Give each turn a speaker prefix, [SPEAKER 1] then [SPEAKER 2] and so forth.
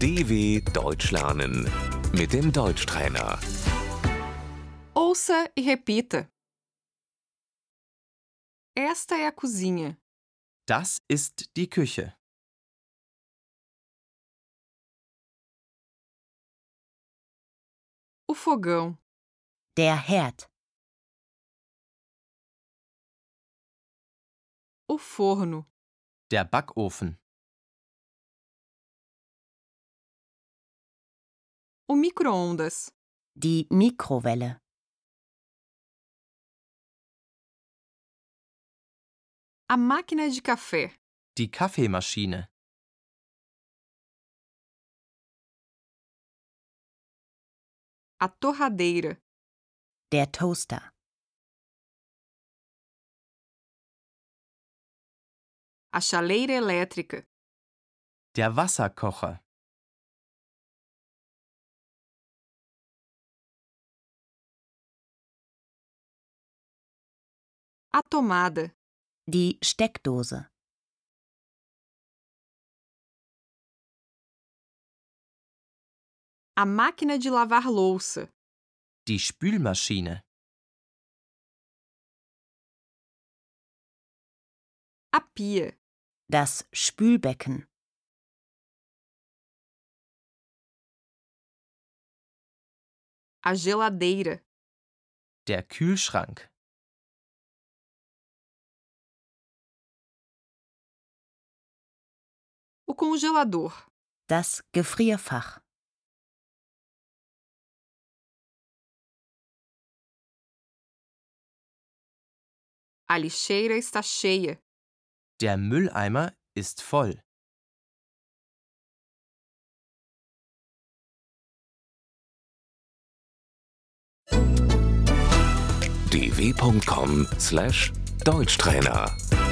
[SPEAKER 1] DW Deutsch lernen mit dem Deutschtrainer.
[SPEAKER 2] Ouça e repita. Esta é a cozinha.
[SPEAKER 3] Das ist die Küche.
[SPEAKER 2] O fogão.
[SPEAKER 4] Der Herd,
[SPEAKER 2] O forno.
[SPEAKER 3] Der Backofen.
[SPEAKER 2] O micro-ondas.
[SPEAKER 4] die Mikrowelle,
[SPEAKER 2] A máquina de café.
[SPEAKER 3] Die Kaffeemaschine.
[SPEAKER 2] A torradeira.
[SPEAKER 4] der Toaster,
[SPEAKER 2] A chaleira elétrica.
[SPEAKER 3] Der Wasserkocher.
[SPEAKER 2] A tomada.
[SPEAKER 4] die Steckdose,
[SPEAKER 2] A máquina de lavar louça.
[SPEAKER 3] Die Spülmaschine.
[SPEAKER 2] A pia.
[SPEAKER 4] das Spülbecken,
[SPEAKER 2] A geladeira.
[SPEAKER 3] Der Kühlschrank.
[SPEAKER 2] O congelador.
[SPEAKER 4] das Gefrierfach,
[SPEAKER 2] A lixeira está cheia.
[SPEAKER 3] Der Mülleimer ist voll.
[SPEAKER 1] dw.com/deutschtrainer